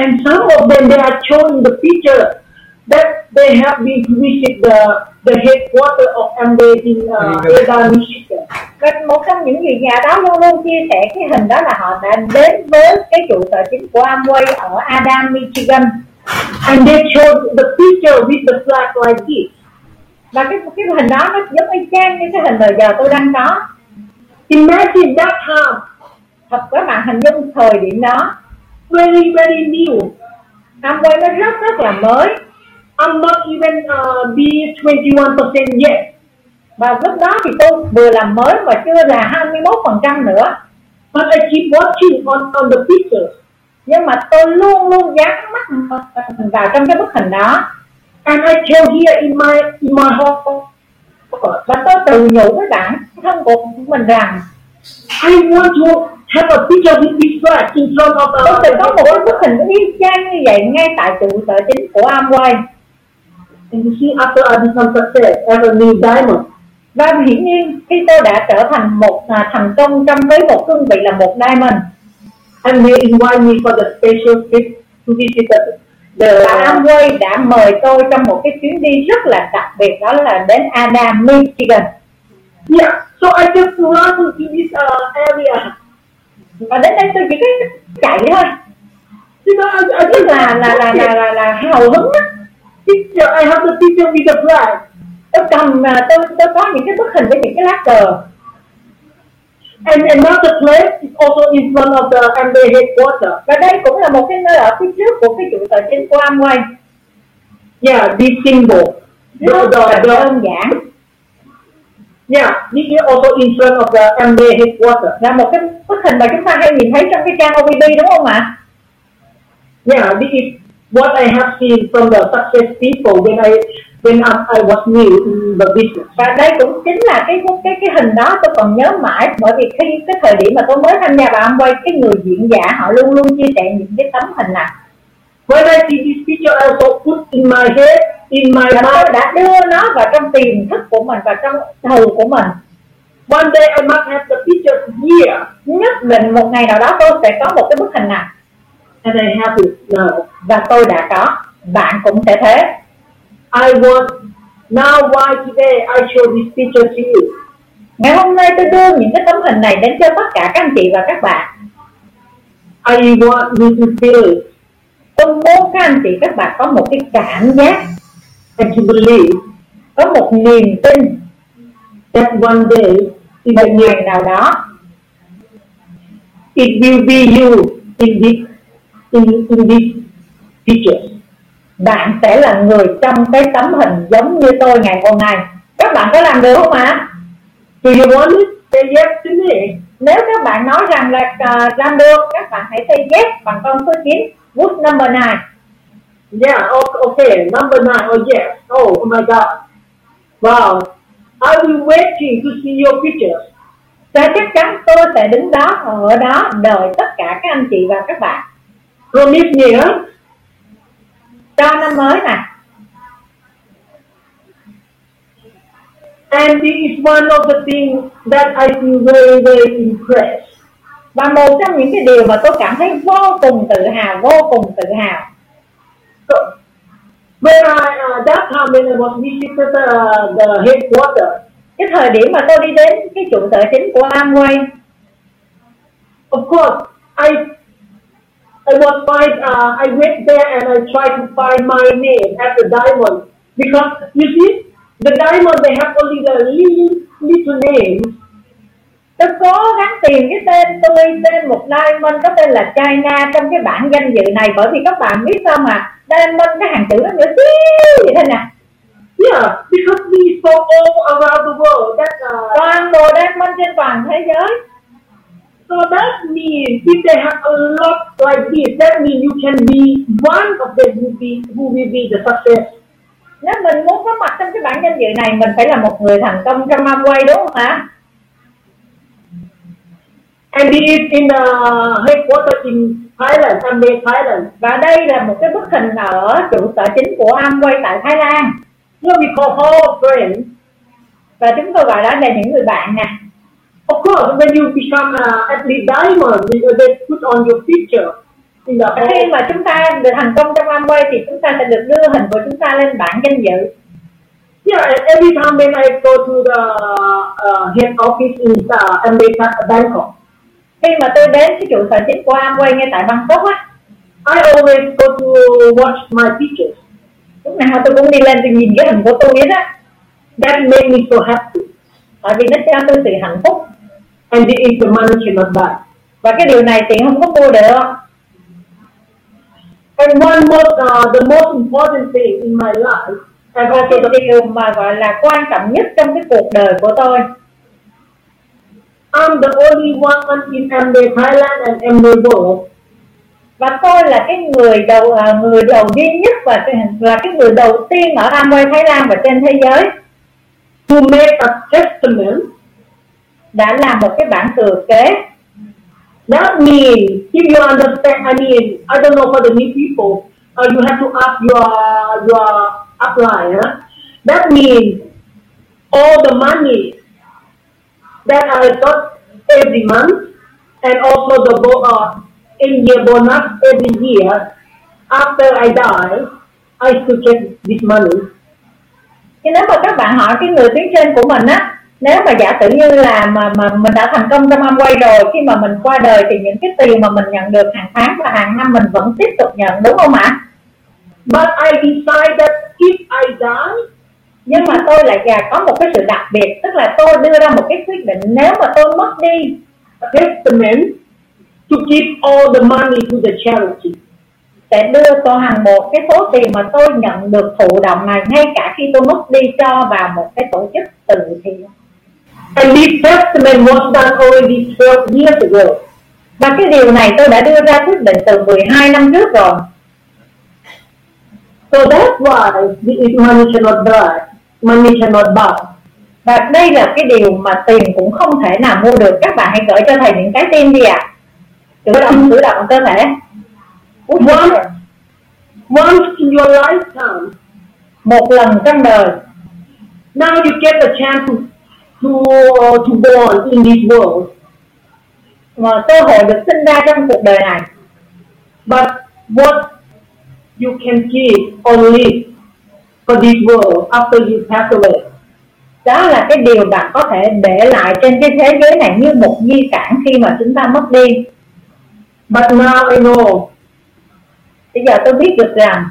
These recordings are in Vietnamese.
And some of them, they are shown in the picture that they have been to visit the, the headquarters of Amway in uh, Ada, Michigan. Cái- một trong những người nhà đó luôn luôn chia sẻ cái hình đó là họ đã đến với cái trụ sở chính của Amway ở Adam, Michigan And they showed the picture with the flag like this. và cái cái hình đó nó giống y chang như cái hình bây giờ tôi đang có Imagine that time, thật các bạn hình dung thời điểm đó very, very new. Amway nó rất rất là mới I'm not even uh, be 21% yet. và lúc đó thì tôi vừa làm mới mà chưa là 21% nữa But I keep watching on, on the pictures. nhưng mà tôi luôn luôn dán mắt vào trong cái bức hình đó And I tell here in my in my heart, và tôi tự nhủ với bản thân của mình rằng I want to have a picture with this flag in front of tôi us. tự có một cái bức hình y chang như vậy ngay tại trụ sở chính của Amway And you see, after I become success as a new diamond, và hiển nhiên khi tôi đã trở thành một à, thành công trong với một cương vị là một diamond and they invite me for the special trip to visit the, the và Amway đã mời tôi trong một cái chuyến đi rất là đặc biệt đó là đến Adam Michigan yeah. So I just run in this uh, area. và đến đây tôi chỉ có chạy thôi You know, I, I tức just là là là là là, là hào hứng á picture. I have the picture with the flag, tôi cầm à, tôi tôi có những cái bức hình với những cái lá cờ and another place is also in front of the MBA headquarters. và đây cũng là một cái nơi ở phía trước của cái trụ sở chính của Amway Yeah, this symbol. rất the, là the, the, đơn giản yeah, this is also in front of the MBA headquarters. là một cái bức hình mà chúng ta hay nhìn thấy trong cái trang OBB đúng không ạ Yeah, this is what I have seen from the success people when I when I, I was new in the business. và đây cũng chính là cái cái cái hình đó tôi còn nhớ mãi bởi vì khi cái thời điểm mà tôi mới tham gia vào quay cái người diễn giả họ luôn luôn chia sẻ những cái tấm hình này When I see this picture, I also put in my head, in my và tôi mind. đã đưa nó vào trong tiềm thức của mình và trong đầu của mình One day I must have the picture here, nhất định một ngày nào đó tôi sẽ có một cái bức hình này and I have it now. và tôi đã có bạn cũng sẽ thế I want now. Why today I show this picture to you? ngày hôm nay tôi đưa những cái tấm hình này đến cho tất cả các anh chị và các bạn I want you to feel it tôi muốn các anh chị các bạn có một cái cảm giác and to believe có một niềm tin that one day in một the near ngày nào đó it will be you in this in, in this picture. bạn sẽ là người trong cái tấm hình giống như tôi ngày hôm nay các bạn có làm được không ạ Do you want it? Say yes to me. nếu các bạn nói rằng là à, làm được các bạn hãy say yes bằng con số 9 good number 9 Yeah. o- Okay. Number nine. Oh yes. Oh, oh my God. Wow. I will waiting to see your pictures. và chắc chắn tôi sẽ đứng đó ở đó đợi tất cả các anh chị và các bạn Promise me, huh? cho năm mới nè And this is one of the things that I feel very, very impressed. và một trong những cái điều mà tôi cảm thấy vô cùng tự hào vô cùng tự hào So, when I, uh, that time when I was visiting uh, the headquarters, cái thời điểm mà tôi đi đến cái trụ sở chính của Amway of course, I, I was find, uh, I went there and I tried to find my name at the diamond because you see, the diamond they have only the little, little name. Tôi cố gắng tìm cái tên tôi tên một diamond có tên là China trong cái bảng danh dự này bởi vì các bạn biết sao mà diamond cái hàng chữ nó nhỏ xíu vậy thôi nè Yeah, because we saw all around the world that uh, toàn bộ diamond trên toàn thế giới so that means if they have a lot like this, that means you can be one of them who be who will be the success. nếu mình muốn có mặt trong cái bảng danh dự này mình phải là một người thành công trong Amway đúng không ạ And it is in the headquarters in Thailand, Amway Thailand. và đây là một cái bức hình ở trụ sở chính của Amway tại Thái Lan What we call hall friends. và chúng tôi gọi đó là những người bạn nè Of course, when you become uh, at the diamond, you know, they put on your picture. in the Và khi whole. mà chúng ta được thành công trong Amway thì chúng ta sẽ được đưa hình của chúng ta lên bảng danh dự Yeah, and every time when I go to the uh, head office in uh, America, Bangkok, khi mà tôi đến cái trụ sở chính của Amway ngay tại Bangkok á I always go to watch my pictures. lúc nào tôi cũng đi lên tôi nhìn cái hình của tôi hết á That made me so happy. tại vì nó cho tôi sự hạnh phúc And this is the money cannot buy. và cái điều này tiền không có mua được And one most, uh, the most important thing in my life, and và also cái the điều mà gọi là quan trọng nhất trong cái cuộc đời của tôi I'm the only one in MBA Thailand and MBA world và tôi là cái người đầu à, người đầu duy nhất và là cái người đầu tiên ở Amway Thái Lan và trên thế giới who made a testament. đã làm một cái bản thừa kế That means, if you understand, I mean, I don't know for the new people, uh, you have to up your your upline. Huh? That means all the money that I got every month, and also the bo- uh, in year bonus every year after I die, I still get this money. chứ nếu mà các bạn hỏi cái người tuyến trên của mình á nếu mà giả sử như là mà mà mình đã thành công trong Amway rồi khi mà mình qua đời thì những cái tiền mà mình nhận được hàng tháng và hàng năm mình vẫn tiếp tục nhận đúng không ạ But I decide that if I die, nhưng mà tôi lại gà có một cái sự đặc biệt tức là tôi đưa ra một cái quyết định nếu mà tôi mất đi a testament to give all the money to the charity. sẽ đưa tôi hàng một cái số tiền mà tôi nhận được thụ động này ngay cả khi tôi mất đi cho vào một cái tổ chức từ thiện And this testament was done already 12 years ago. và cái điều này tôi đã đưa ra quyết định từ 12 năm trước rồi So that's why the if money cannot buy. Money cannot buy. và đây là cái điều mà tiền cũng không thể nào mua được các bạn hãy gửi cho thầy những cái tin đi ạ chủ động cử động cơ thể Once, once in your lifetime, một lần trong đời now you get the chance to to, uh, to born in this world. mà cơ hội được sinh ra trong cuộc đời này But what you can give or live for this world after you pass away. đó là cái điều bạn có thể để lại trên cái thế giới này như một di sản khi mà chúng ta mất đi But now I know bây giờ tôi biết được rằng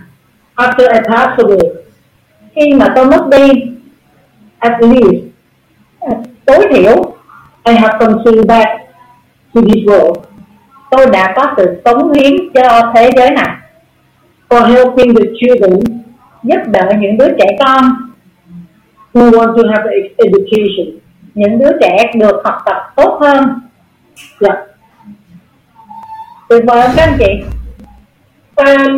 after I pass away, khi mà tôi mất đi à, at least tối thiểu I have something back to this world tôi đã có sự cống hiến cho thế giới này for helping the children giúp đỡ những đứa trẻ con who want to have an education. những đứa trẻ được học tập tốt hơn Yeah. tuyệt vời không các anh chị And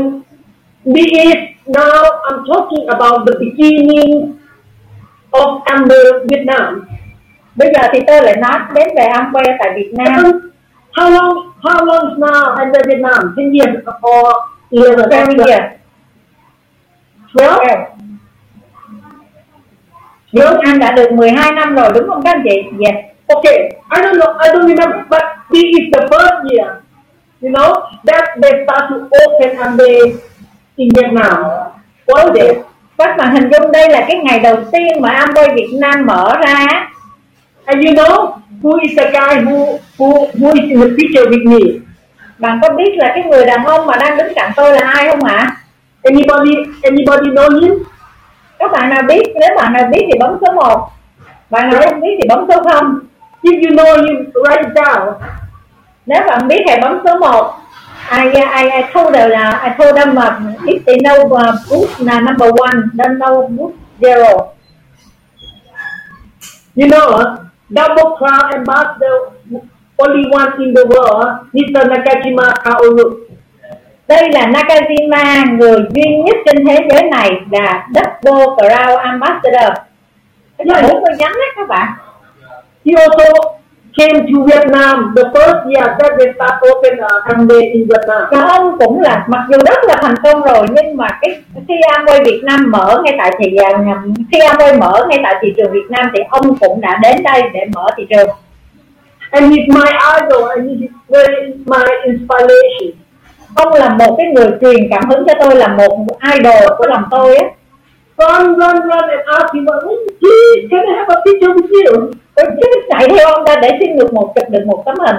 this is now I'm talking about the beginning of Amber Vietnam. bây giờ thì tôi lại nói đến về Amway tại Việt Nam And How long? How long is now Amber Vietnam? Ten years or eleven? Very good. Twelve. Việt Nam đã được 12 năm rồi đúng không các anh chị? Yes. Okay, I don't know, I don't remember, but this is the first year, you know, that they start to open and they in Vietnam. All day. Các bạn hình dung đây là cái ngày đầu tiên mà Amway Việt Nam mở ra And you know who is the guy who who who is in the picture with me? Bạn có biết là cái người đàn ông mà đang đứng cạnh tôi là ai không ạ? Anybody anybody know him? Các bạn nào biết, nếu bạn nào biết thì bấm số 1 Bạn nào không biết thì bấm số 0 If you know him, write it down. Nếu bạn biết thì bấm số 1 I, I, I told them là I told them mà if they know uh, booth là number one, don't know booth zero. You know, uh, double crown ambassador, only one in the world, Mr. Nakajima Kaoru. Đây là Nakajima, người duy nhất trên thế giới này là Double Crown Ambassador. Cái Dạ. này đúng tôi nhắn đấy các bạn. He also came to Vietnam the first year that they start open uh, Amway in Vietnam. Và Dạ, ông cũng là, mặc dù rất là thành công rồi nhưng mà cái khi Amway Việt Nam mở ngay tại thị à, khi Amway mở ngay tại thị trường Việt Nam thì ông cũng đã đến đây để mở thị trường And he's my idol and he's very my inspiration. ông là một cái người truyền cảm hứng cho tôi là một idol của lòng tôi á Run, run, run, and ask him, "Oh, gee, can I have a picture with you? tôi cứ chạy theo ông ta để xin được một chụp được một tấm hình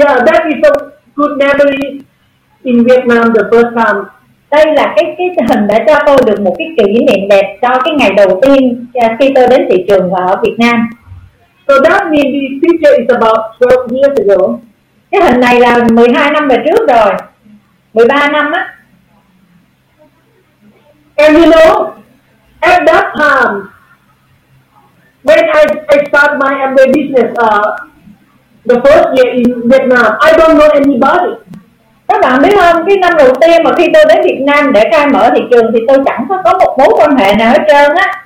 Yeah, that is a good memory in Vietnam the first time. đây là cái cái hình đã cho tôi được một cái kỷ niệm đẹp cho cái ngày đầu tiên à, khi tôi đến thị trường và ở Việt Nam So that means the picture is about 12 years ago. cái hình này là 12 năm về trước rồi 13 năm á And you know, at that time, when I, I start my MBA business, uh, the first year in Vietnam, I don't know anybody. các bạn biết không cái năm đầu tiên mà khi tôi đến Việt Nam để khai mở thị trường thì tôi chẳng có có một mối quan hệ nào hết trơn á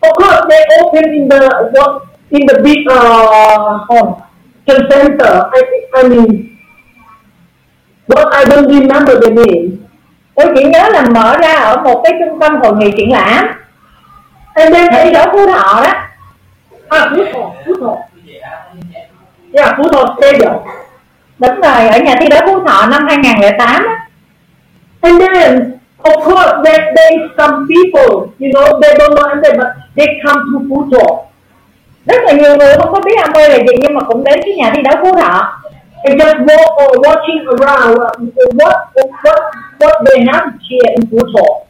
Of course, they open in the what in the big uh convention center. I I mean, what I don't remember the name. tôi chỉ nhớ là mở ra ở một cái trung tâm hội nghị triển lãm And then ngay I đó Phú Thọ đó ah Phuthong, Phuthong. Yeah, Phuthong Stadium. đúng rồi ở nhà thi đấu Phú Thọ năm 2008 á And then, of course, there there is some people, you know, they don't know anything, but they come to Phuthong. rất là nhiều người không có biết Amway là gì nhưng mà cũng đến cái nhà thi đấu Phú Thọ And just walk or watching around uh, what what what they have here in Phuthong.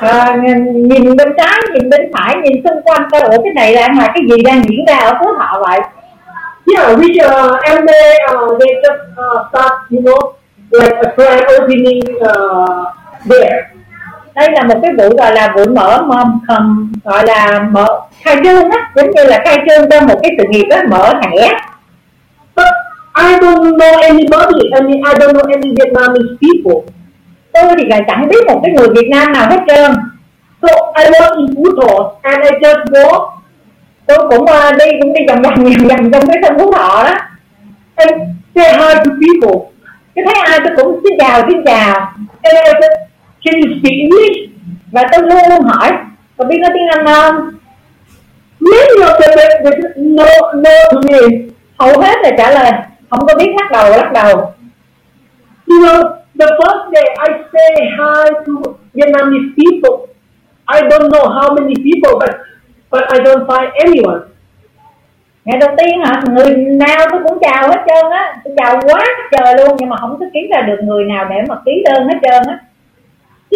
à, nhìn- nhìn bên trái nhìn bên phải nhìn xung quanh coi ủa cái này đang là cái gì đang diễn ra ở Phú Thọ vậy Yeah, which uh, and they uh, they just uh, start you know like a grand opening uh, there. đây là một cái buổi gọi là buổi mở mom um, gọi là mở khai trương á giống như là khai trương cho một cái sự nghiệp á mở thẻ But I don't know anybody. I mean, I don't know any Vietnamese people. tôi thì là chẳng biết một cái người Việt Nam nào hết trơn So I was in Phuthong and I just walk tôi cũng ờ, đi cũng đi vòng vòng vòng vòng trong cái sân Phú Thọ đó and say hi to people. cứ thấy ai tôi cũng xin chào xin chào And I said, "Can you speak English?" và tôi luôn luôn hỏi có biết nói tiếng Anh không Many of them they, they said, no no to me. hầu hết là trả lời không có biết lắc đầu lắc đầu You know, the first day I say hi to Vietnamese people. I don't know how many people, but but I don't find anyone. ngày đầu tiên hả người nào tôi cũng chào hết trơn á tôi chào quá trời luôn nhưng mà không có kiếm ra được người nào để mà ký đơn hết trơn á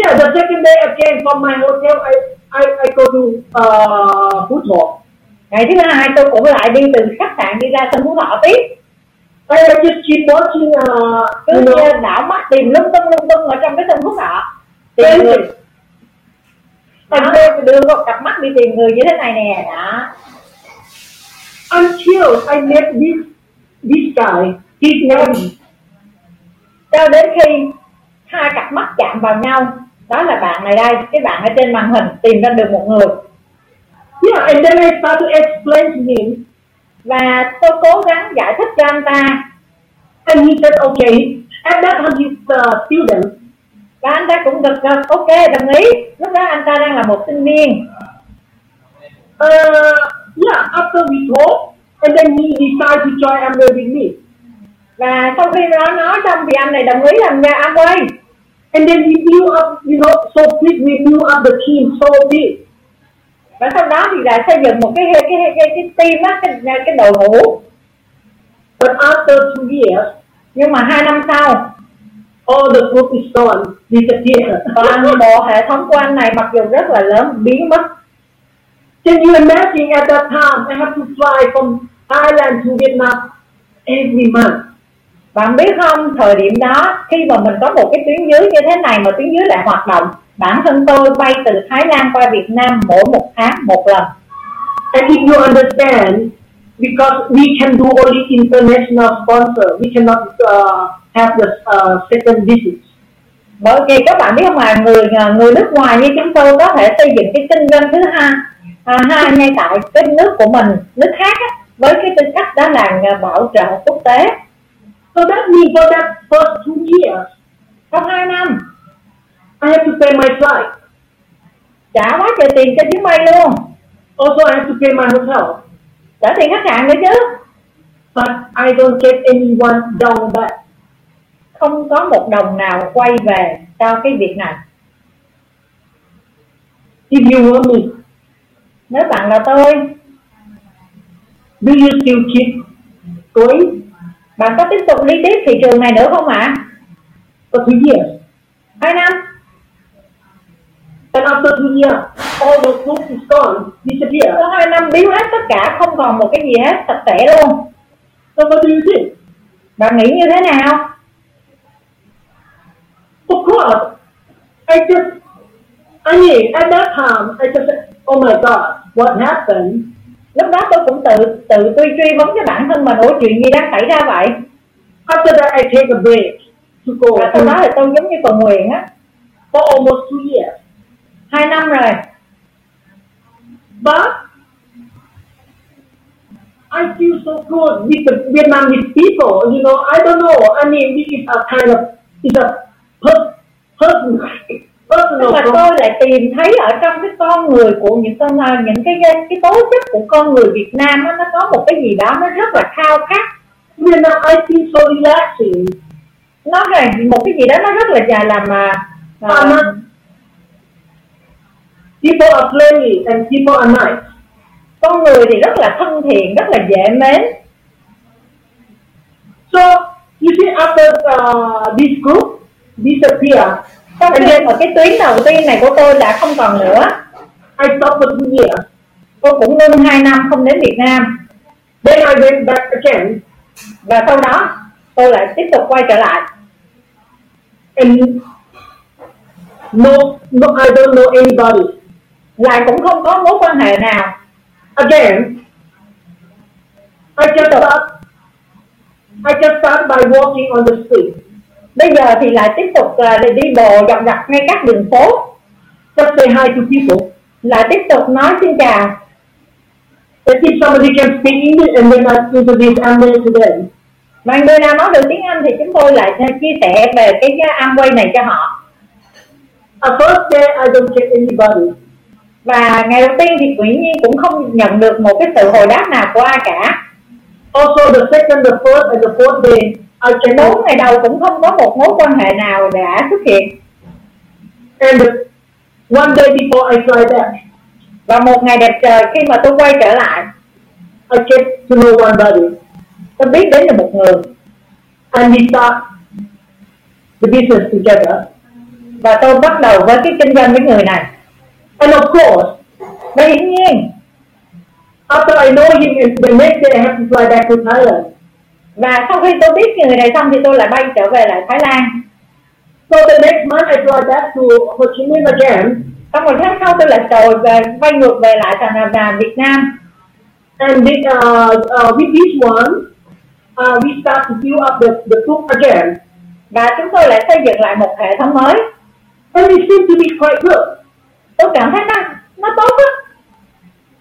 Yeah, the second day again from my hotel, I I, I go to uh Phú Thọ. ngày thứ hai tôi cũng lại đi từ khách sạn đi ra sân phú thọ tiếp I, I just keep watching uh cứ you know đảo mắt tìm lung tung lung tung ở trong cái sân phú thọ tìm người friends. thành tôi đưa một cặp mắt đi tìm người như thế này nè đó until I met this this guy. His name cho đến khi hai cặp mắt chạm vào nhau đó là bạn này đây cái bạn ở trên màn hình tìm ra được một người yeah, and then I start to explain to him và tôi cố gắng giải thích cho anh ta and he said okay. At that time he's a student. và anh ta cũng gật gật ok đồng ý lúc đó anh ta đang là một sinh viên Uh yeah, after we talk and then he decided to join MBA with me. và sau khi nó nói xong thì anh này đồng ý làm ra ăn quay And then we build up, you know, so quick we build up the team so big. và sau đó thì lại xây dựng một cái cái cái cái, cái team á cái, cái đội ngũ But after two years, nhưng mà hai năm sau all the group is gone, disappear. toàn bộ hệ thống của anh này mặc dù rất là lớn biến mất Can you imagine at that time I have to fly from Thailand to Vietnam every month? bạn biết không thời điểm đó khi mà mình có một cái tuyến dưới như thế này mà tuyến dưới lại hoạt động bản thân tôi bay từ Thái Lan qua Việt Nam mỗi một tháng một lần And if you understand, because we can do only international sponsor, we cannot uh, have the uh, second business. bởi vì các bạn biết không là người à, người nước ngoài như chúng tôi có thể xây dựng cái kinh doanh thứ hai à, hai ngay tại cái nước của mình nước khác á, với cái tư cách đó là à, bảo trợ quốc tế So that means for that first two years, trong hai năm I have to pay my flight. trả quá trời tiền cho chuyến bay luôn Also, I have to pay my hotel. trả tiền khách sạn nữa chứ But I don't get anyone down back. không có một đồng nào quay về cho cái việc này If you were me, nếu bạn là tôi do you still keep going bạn có tiếp tục đi tiếp thị trường này nữa không ạ for two years? hai năm And after two years, all those books is gone, disappear. có hai năm biến hết tất cả không còn một cái gì hết sạch sẽ luôn So what do you think? bạn nghĩ như thế nào Of course, I just, I mean, at that time, I just said, oh my God, what happened? lúc đó tôi cũng tự tự tôi truy vấn với bản thân mình ủa chuyện gì đang xảy ra vậy After that, I take a break to go và sau đó thì tôi giống như cầu nguyện á for almost two years. hai năm rồi But I feel so good with the Vietnamese people. You know, I don't know. I mean, this is a kind of it's a per, personal tức personal là problem. tôi lại tìm thấy ở trong cái con người của những con à, những cái cái tố chất của con người Việt Nam á, nó có một cái gì đó nó rất là khao khát Vietnam, I feel so relaxing. nó là một cái gì đó nó rất là già làm à, mà Ờ. mà- People are friendly and people are nice. con người thì rất là thân thiện rất là dễ mến So you see, after uh, this group disappear, sau and khi then mà cái tuyến đầu tiên này của tôi đã không còn nữa I stopped for two years. tôi cũng ngưng hai năm không đến Việt Nam Then I went back again, và sau đó tôi lại tiếp tục quay trở lại and no, no, I don't know anybody. lại cũng không có mối quan hệ nào again, I just start, I just start by walking on the street. bây giờ thì lại tiếp tục à, đi đi bộ dọc dọc ngay các đường phố Just say hi to people. lại tiếp tục nói xin chào And if somebody can speak English and then I introduce Amway to them. và người nào nói được tiếng Anh thì chúng tôi lại chia sẻ về cái ăn quay này cho họ At first day, I don't get anybody. và ngày đầu tiên thì Quỷ Nhiên cũng không nhận được một cái sự hồi đáp nào của ai cả Also, the second, the third, and the fourth day, I bốn cannot. ngày đầu cũng không có một mối quan hệ nào đã xuất hiện And one day before I fly back, và một ngày đẹp trời khi mà tôi quay trở lại I get to know one body. tôi biết đến được một người And we start the business together. và tôi bắt đầu với cái kinh doanh với người này And of course, và hiển nhiên after I know him, and the next day I have to fly back to Thailand. và sau khi tôi biết người này xong thì tôi lại bay trở về lại Thái Lan So the next month I fly back to Ho Chi Minh again, xong rồi tháng sau tôi lại trời về bay ngược về lại thành là Việt Nam and with, uh, uh, with this one, uh, we start to build up the, the book again. và chúng tôi lại xây dựng lại một hệ thống mới And it seemed to be quite good. tôi cảm thấy nó nó tốt á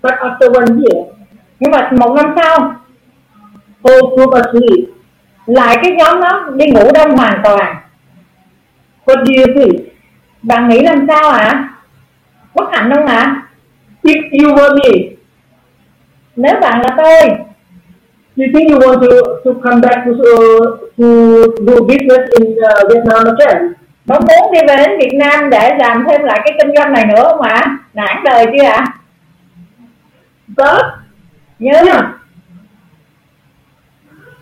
But after one year, nhưng mà một năm sau whole group asleep. lại cái nhóm đó đi ngủ đông hoàn toàn What do you think? bạn nghĩ làm sao ạ bất hạnh không ạ If you were me, nếu bạn là tôi you think you want to, to come back to, uh, to do business in uh, Vietnam again? bạn muốn đi về đến Việt Nam để làm thêm lại cái kinh doanh này nữa không ạ nản đời chưa ạ But nhưng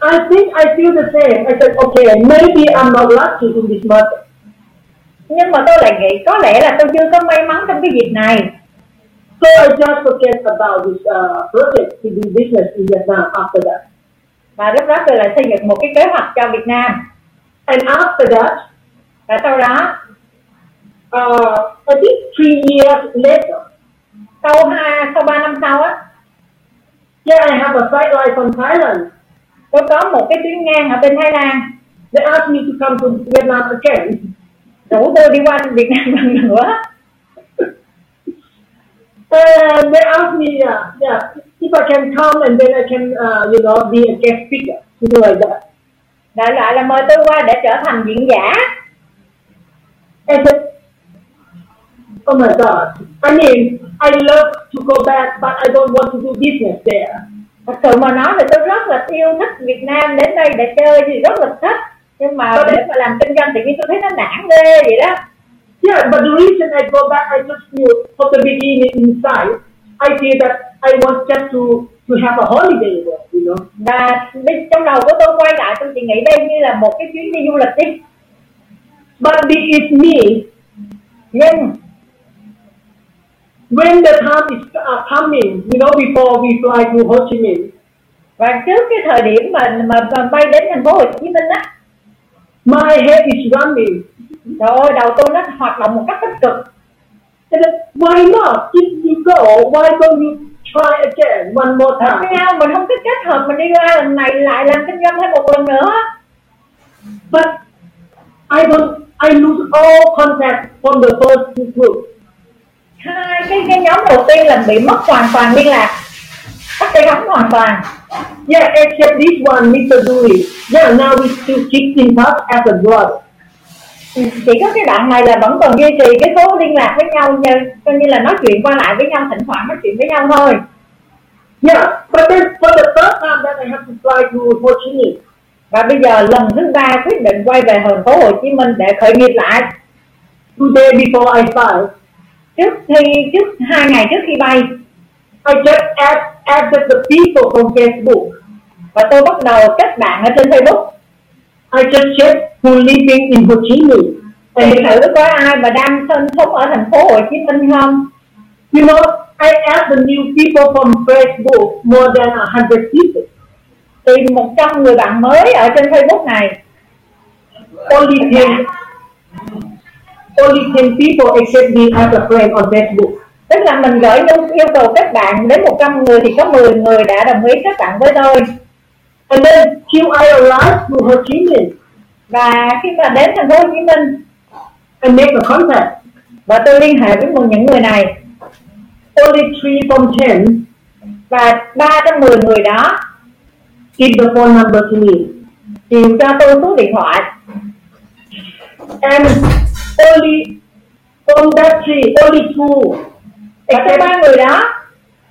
I think I feel the same. I said, okay, maybe I'm not lucky in this market. nhưng mà tôi lại nghĩ có lẽ là tôi chưa có may mắn trong cái dịp này So I just forget about this uh, project to do business in Vietnam after that. và lúc đó tôi lại xây dựng một cái kế hoạch cho Việt Nam And after that, và sau đó uh, I think three years later, sau hai sau ba năm sau á yeah, I have a flight ride from Thailand. tôi có một cái tuyến ngang ở bên Thái Lan They asked me to come to Vietnam again. rủ tôi đi qua Việt Nam lần nữa And they asked me, uh, yeah, if I can come and then I can, uh, you know, be a guest speaker, something like that. đại loại là mời tôi qua để trở thành diễn giả I said, oh my God. I mean, I love to go back, but I don't want to do business there. thật sự mà nói thì tôi rất là yêu thích Việt Nam đến đây để chơi thì rất là thích nhưng mà để mà làm kinh doanh thì tôi thấy nó nản ghê vậy đó Yeah, but the reason I go back, I just feel from the beginning inside, I feel that I want just to to have a holiday there, you know. và bên trong đầu của tôi quay lại tôi chỉ nghĩ đây như là một cái chuyến đi du lịch đi But be it me, nhưng when the time is uh, coming, you know, before we fly to Ho Chi Minh, và trước cái thời điểm mà mà, mà bay đến thành phố Hồ Chí Minh á my head is running. trời ơi đầu tôi nó hoạt động một cách tích cực And then, why not? If you go, why don't you try again one more Thật time? ra mình không thích kết hợp mình đi ra lần này lại làm kinh doanh thêm một lần nữa But I don't. I lose all contact from the first two groups. hai cái cái nhóm đầu tiên là bị mất hoàn toàn liên lạc cắt tay gắn hoàn toàn Yeah, except this one, Mr. Dewey. Yeah, now we still keep in touch as a brother. chỉ có cái đoạn này là vẫn còn duy trì cái số liên lạc với nhau như coi như là nói chuyện qua lại với nhau thỉnh thoảng nói chuyện với nhau thôi Yeah, but then for the third time that I have to fly to Ho Chi Minh, và bây giờ lần thứ ba quyết định quay về thành phố Hồ Chí Minh để khởi nghiệp lại two days before I fly, trước khi trước hai ngày trước khi bay I just add, added the people from Facebook. và tôi bắt đầu kết bạn ở trên Facebook I just checked who living in Ho Chi Minh. thì And thử có ai mà đang sinh sống ở thành phố Hồ Chí Minh không you know, I add the new people from Facebook more than a hundred people. tìm 100 người bạn mới ở trên Facebook này Only ten, only ten people accept me as a friend on Facebook. tức là mình gửi yêu, yêu cầu các bạn đến 100 người thì có 10 người đã đồng ý các bạn với tôi And then till I arrived to Ho Chi Minh, và khi mà đến thành phố Hồ Chí Minh I make a contact. và tôi liên hệ với một những người này Only three from ten và 310 người đó give the phone number to me. chịu cho tôi số điện thoại And only from that three, only two và trong ba accept, người đó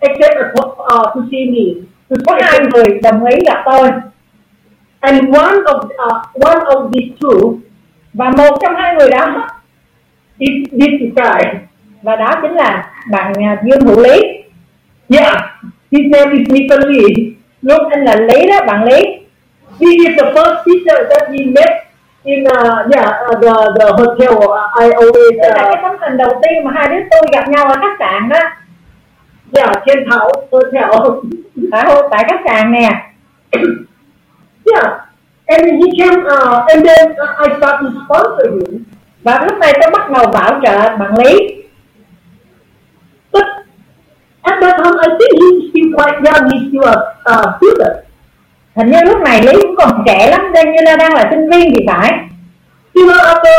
accept a po- uh, to see me. To có hai see- người đồng ý gặp tôi And one of uh, one of these two và một trong hai người đó is this guy. và đó chính là bạn à, Dương Hữu Lý Yeah, his name is Mr. Lee. lúc anh là Lý đó bạn Lý He is the first teacher that we met in uh, yeah uh, the the hotel. Uh, I always tức là cái uh, tấm hình đầu tiên mà hai đứa tôi gặp nhau ở khách sạn đó yeah Ken Tao hotel. tại tại khách sạn nè Yeah, and he came, uh, and then uh, I start to sponsor him. và lúc này tôi bắt đầu bảo trợ bạn lý But at that time, I think he's still quite young. He's still a uh, student. hình như lúc này lý cũng còn trẻ lắm coi như là đang là sinh viên thì phải You know, after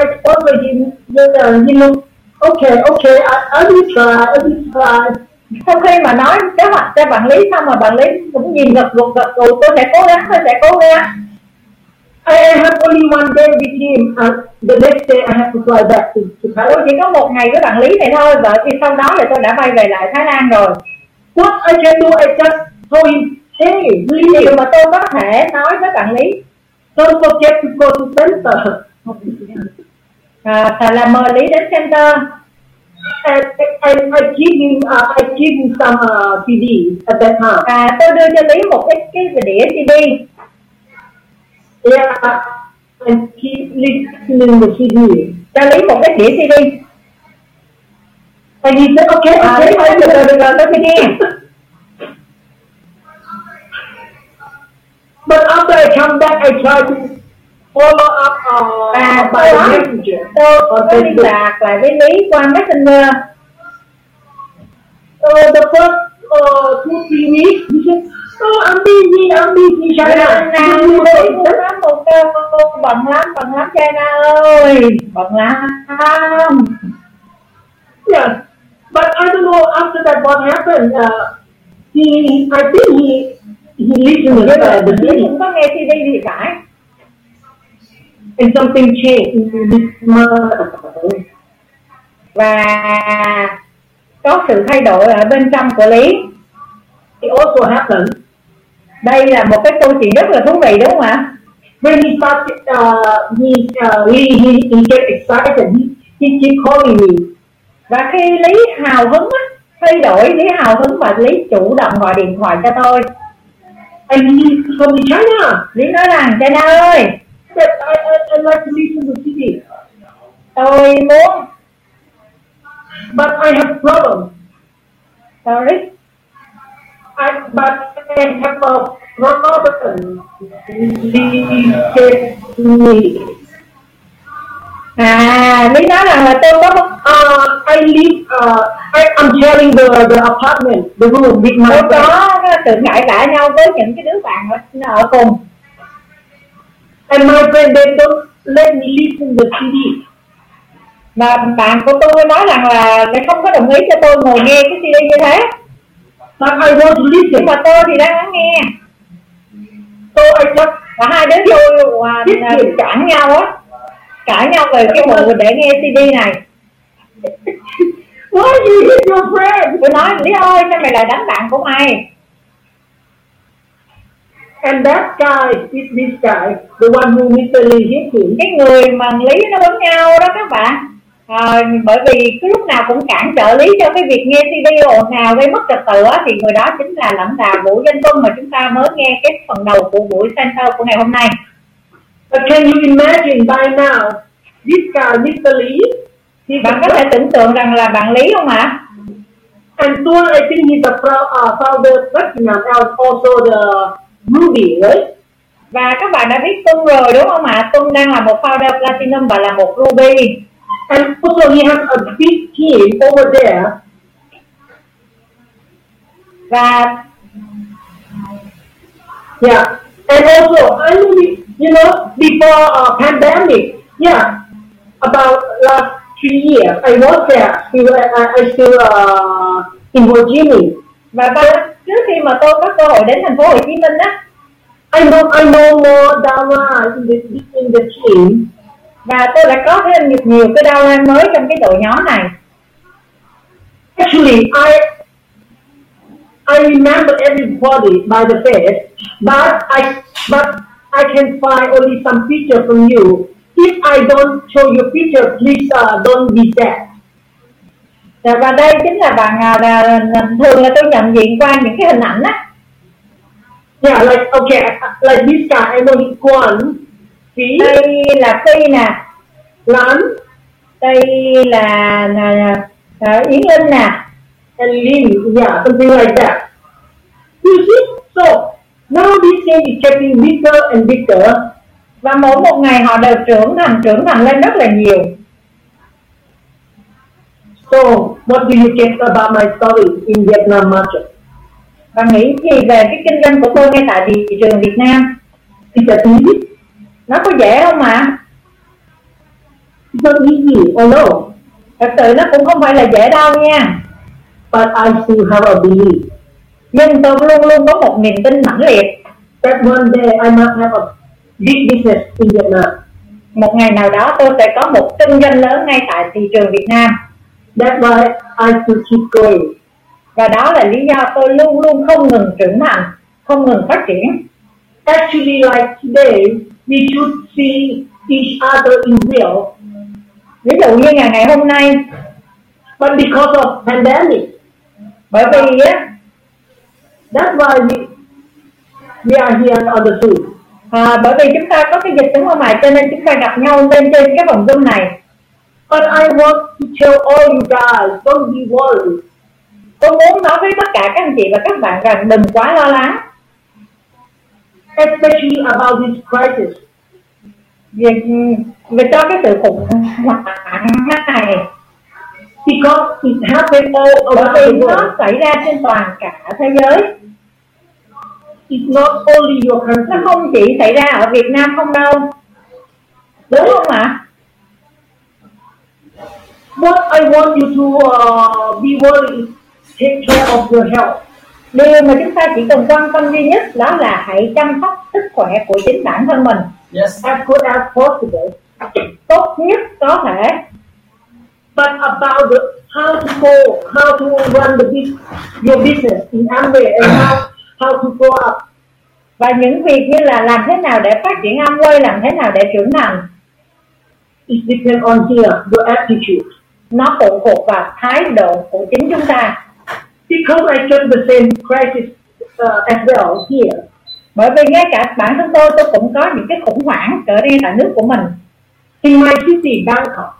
I sponsored him, then uh, he looked, okay, okay, I, I will try, I will try. sau khi mà nói kế hoạch cho bạn lý xong mà bạn lý cũng nhìn gật gật gật gù tôi sẽ cố gắng tôi sẽ cố gắng I have only one day with him, and the next day I have to fly back to, to tôi Thailand. chỉ có một ngày với bạn lý này thôi và thì sau đó thì tôi đã bay về lại thái lan rồi What I can do, I just told him, hey, điều really, mà tôi có thể nói với bạn lý don't forget to go to center. à, là mời lý đến center and, and I give him uh, I give him some uh, CD at that time. và tôi đưa cho lý một cái cái đĩa cd Yeah, and he listening the CD. cho lý một cái đĩa cd And he said, okay, à, lý okay, ơi I từ từ từ will. từ tôi nghe But after I come back, I try to follow up uh, và by sau đó messenger tôi on có liên Facebook. lạc lại với lý qua messenger Uh, the first uh, two three weeks, he said, oh, I'm busy, I'm busy, Trời ơi, China. Nam You lý know, cũng lắm một cơ bận lắm bận lắm trai na ơi bận lắm Yeah, but I don't know after that what happened. Uh, he, I think he, he listened to nhưng mà the, the lý music cũng có nghe cd thì phải and something changed in his mind. và có sự thay đổi ở bên trong của lý It also happened đây là một cái câu chuyện rất là thú vị đúng không ạ When he started, uh, he, uh, he, he, he get excited. He, he keep calling me. và khi lý hào hứng á thay đổi lý hào hứng mà lý chủ động gọi điện thoại cho tôi And he's from China. lý nói rằng China ơi But I, I, I like to live in the city. tôi muốn But I have problems. sorry I, but I have a problem. He get me. à lý nói rằng là tôi có một Uh, I live, uh, I, I'm sharing the, the apartment, the room with my tôi friend. có sự ngại vã nhau với những cái đứa bạn ở cùng And my friend, they don't let me live in the city. và bạn của tôi nói rằng là lại không có đồng ý cho tôi ngồi nghe cái CD như thế But I want to nhưng listen. mà tôi thì đang lắng nghe So I just, và hai đứa vô và à, cãi nhau á cãi nhau về cái vụ để nghe CD này why you hit your friend? tôi nói Lý ơi sao mày lại đánh bạn của mày And that guy is this guy, the one who literally hit him. cái người mà Lý nó bấm nhau đó các bạn Ờ, bởi vì cứ lúc nào cũng cản trở Lý cho cái việc nghe CD ồn ào gây mất trật tự á, thì người đó chính là lãnh đạo Vũ Danh Tuân mà chúng ta mới nghe cái phần đầu của buổi center của ngày hôm nay But can you imagine by now, this guy literally, he's bạn a có thể tưởng tượng rằng là bạn Lý không ạ and soon I think he's a pro- uh, founder of Platinum and also the movie, right? Và các bạn đã biết Tung rồi đúng không ạ? Tung đang là một founder Platinum và là một Ruby. And also he has a big team over there. Và Yeah. And also, I really, you know, before uh, pandemic, yeah, about last three years, I was there. Still, I, I still uh, in Ho Chi Minh. và ba, trước khi mà tôi có cơ hội đến thành phố Hồ Chí Minh á I know, I know more Dharma in the, in the team. và tôi đã có thêm nhiều, nhiều cái đau lan mới trong cái đội nhóm này Actually, I I remember everybody by the face, but I but I can find only some picture from you. If I don't show you picture, please uh, don't be sad. và, và đây chính là bạn à, là, là- thường là tôi nhận diện qua những cái hình ảnh á Yeah, like okay, like this guy, I know he's Guan, see, đây là Phi nè Lan, đây là, là, là, là Yến Linh nè and Lin. Yeah, something like that. You see, so now this thing is getting bigger and bigger. và mỗi một ngày họ đều trưởng thành trưởng thành lên rất là nhiều So, what do you think about my story in Vietnam market? và nghĩ gì về cái kinh doanh của tôi ngay tại thị trường Việt Nam Is that easy? nó có dễ không ạ It's not easy, I know, thật sự nó cũng không phải là dễ đâu nha but I still have a belief nhưng tôi luôn luôn có một niềm tin mãnh liệt that one day I must have a big business in Vietnam. một ngày nào đó tôi sẽ có một kinh doanh lớn ngay tại thị trường Việt Nam That's why I still keep going. và đó là lý do tôi luôn luôn không ngừng trưởng thành không ngừng phát triển Actually, like today, we should see each other in real, ví dụ như ngày ngày hôm nay but because of pandemic, bởi vì á that's why we we are here on the Zoom. à, bởi vì chúng ta có cái dịch đúng không ạ cho nên chúng ta gặp nhau lên trên cái phòng zoom này But I want to tell all you guys, don't be worried. tôi muốn nói với tất cả các anh chị và các bạn rằng đừng quá lo lắng especially about this crisis. về, về cho cái sự khủng hoảng này Because it happened all bởi around vì the nó world. xảy ra trên toàn cả thế giới It's not only your nó country. không chỉ xảy ra ở Việt Nam không đâu đúng không ạ What I want you to uh, be worried is take care of your health. điều mà chúng ta chỉ cần quan tâm duy nhất đó là hãy chăm sóc sức khỏe của chính bản thân mình Yes. as good as possible. tốt nhất có thể But about the how to go, how to run the bus your business in Amway and how, how to grow up. và những việc như là làm thế nào để phát triển Amway làm thế nào để trưởng thành It depends on here, your attitude. nó phụ thuộc vào thái độ của chính chúng ta Because I get the same crisis uh, as well here. bởi vì ngay cả bản thân tôi tôi cũng có những cái khủng hoảng ở riêng tại nước của mình In my city, Bangkok,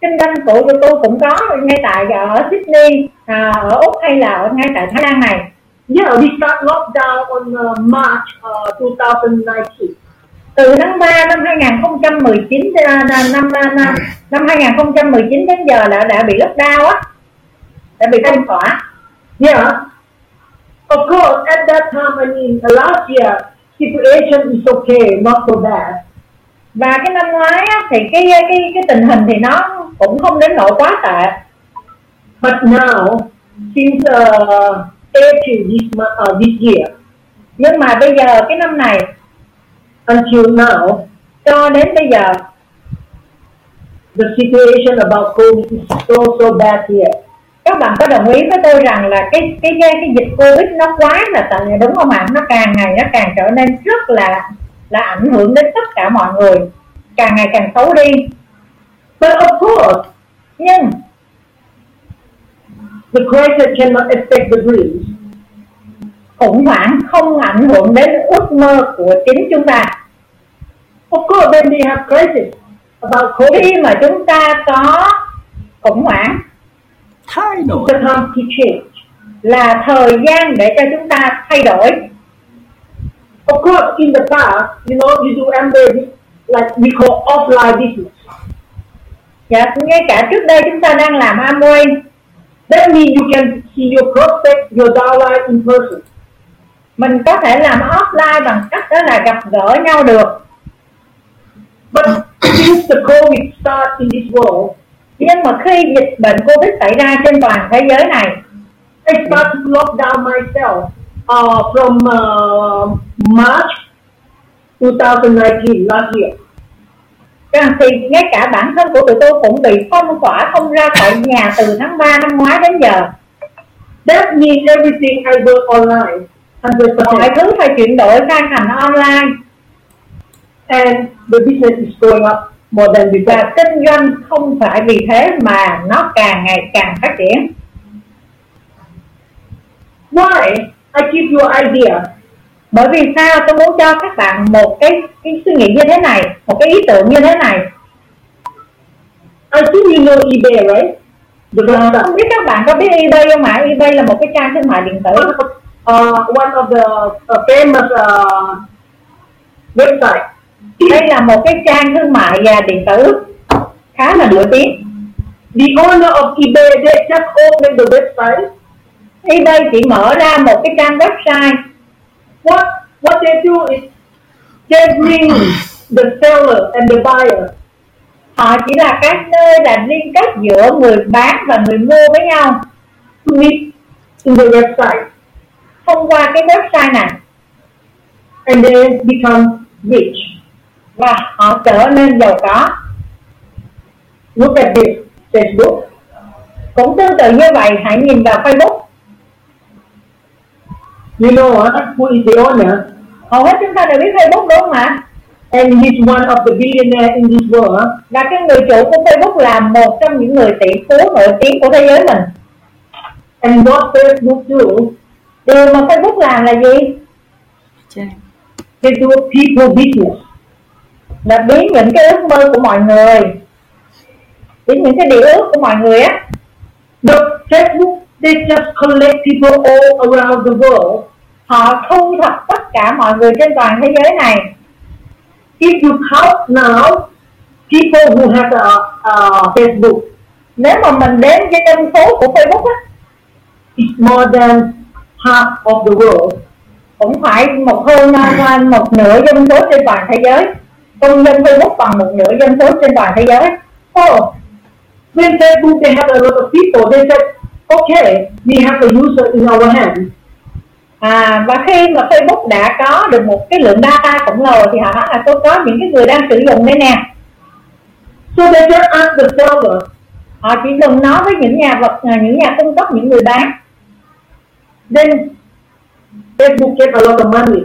kinh doanh của của tôi cũng có ngay tại ở Sydney à, ở Úc hay là ở ngay tại Thái Lan này yeah, we start lockdown on uh, March uh, 2019. từ tháng 3 năm 2019 ra- ra- năm năm năm 2019 đến giờ là đã bị lockdown á đã bị phong tỏa Yeah. Of course, at that time, I mean, uh, last year, situation is okay, not so bad. và cái năm ngoái á, thì cái cái cái tình hình thì nó cũng không đến nỗi quá tệ But now, since uh, April this, mo- uh, this year nhưng mà bây giờ cái năm này until now, cho đến bây giờ the situation about COVID is so, so bad here. các bạn có đồng ý với tôi rằng là cái cái cái, cái dịch covid nó quá là tệ đúng không ạ nó càng ngày nó càng trở nên rất là là ảnh hưởng đến tất cả mọi người càng ngày càng xấu đi But of course, nhưng the crisis cannot affect the dreams. khủng hoảng không ảnh hưởng đến ước mơ của chính chúng ta Of course, when we have crisis about COVID, khi mà chúng ta có khủng hoảng thái độ the time to change. là thời gian để cho chúng ta thay đổi Of course, in the past, you know, you do embedded, like we call offline business. dạ, ngay cả trước đây chúng ta đang làm Amway That means you can see your prospect, your downline in person. mình có thể làm offline bằng cách đó là gặp gỡ nhau được But since the COVID start in this world, nhưng mà khi dịch bệnh covid xảy ra trên toàn thế giới này I start to lock down myself uh, from uh, March 2019 last year. rằng thì ngay cả bản thân của tụi tôi cũng bị phong tỏa không ra khỏi nhà từ tháng 3 năm ngoái đến giờ That means everything I work online, hundred mọi percent, thứ phải chuyển đổi sang thành online and the business is going up more than và before. kinh doanh không phải vì thế mà nó càng ngày càng phát triển Why? I give you an idea. bởi vì sao tôi muốn cho các bạn một cái, cái suy nghĩ như thế này một cái ý tưởng như thế này I think you know eBay, right? The website. không biết các bạn có biết ebay không ạ ebay là một cái trang thương mại điện tử one of, uh, one of the uh, famous uh, website. đây là một cái trang thương mại và điện tử khá là nổi tiếng The owner of eBay they just opened the website. eBay chỉ mở ra một cái trang website What what they do is they bring the seller and the buyer. họ chỉ là các nơi là liên kết giữa người bán và người mua với nhau to meet in the website thông qua cái website này and then become rich. và họ trở nên giàu có Look at this Facebook. cũng tương tự như vậy hãy nhìn vào Facebook You know what? Who is the owner? hầu hết chúng ta đều biết Facebook đúng không ạ And he's one of the billionaire in this world. và cái người chủ của Facebook là một trong những người tỷ phú nổi tiếng của thế giới mình And what Facebook do? điều mà Facebook làm là gì trang They do people business. là biến những cái ước mơ của mọi người biến những cái điều ước của mọi người á The Facebook, they just collect people all around the world. họ thu thập tất cả mọi người trên toàn thế giới này If you count now, people who have a, a Facebook, nếu mà mình đến với dân số của Facebook á it's more than half of the world. cũng phải một hơn hơn một nửa dân số trên toàn thế giới công dân Facebook bằng một nửa dân số trên toàn thế giới Oh, when Facebook, they have a lot of people, they said, okay, we have a user in our hand. à, và khi mà Facebook đã có được một cái lượng data khổng lồ thì họ nói là tôi có những cái người đang sử dụng đây nè So they just ask the seller, họ chỉ cần nói với những nhà vật à, những nhà cung cấp những người bán then Facebook get a lot of money.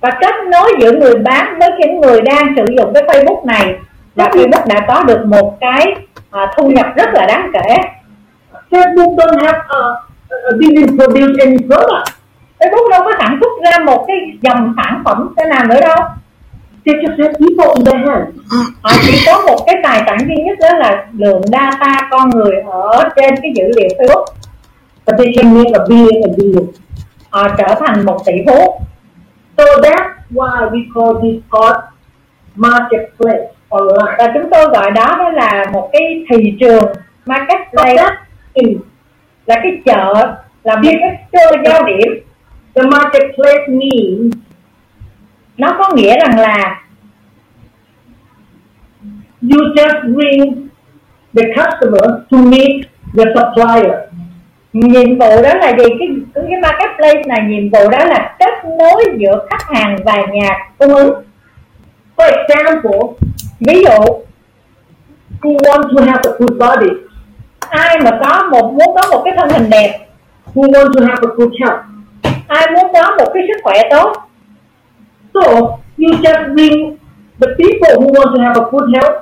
và kết nối giữa người bán với những người đang sử dụng cái Facebook này Ừ. và Facebook đã có được một cái à, thu nhập rất là đáng kể Facebook don't have uh, uh, didn't produce any product. Facebook đâu có sản xuất ra một cái dòng sản phẩm thế nào nữa đâu They just have people in their hands. họ chỉ Ờ, có một cái tài sản duy nhất đó là lượng data con người ở trên cái dữ liệu Facebook But they can make a billion and billion. họ Ờ, trở thành một tỷ phú So that's why we call this called marketplace online. Ờ, và chúng tôi gọi đó đó là một cái thị trường So marketplace Ừ, that is là cái chợ là một cái chợ giao điểm the marketplace means nó có nghĩa rằng là you just bring the customer to meet the supplier. nhiệm vụ đó là gì cái cái marketplace này nhiệm vụ đó là kết nối giữa khách hàng và nhà cung ứng For example, ví dụ who want to have a good body, ai mà có một muốn có một cái thân hình đẹp who want to have a good health. ai muốn có một cái sức khỏe tốt So you just bring the people who want to have a good health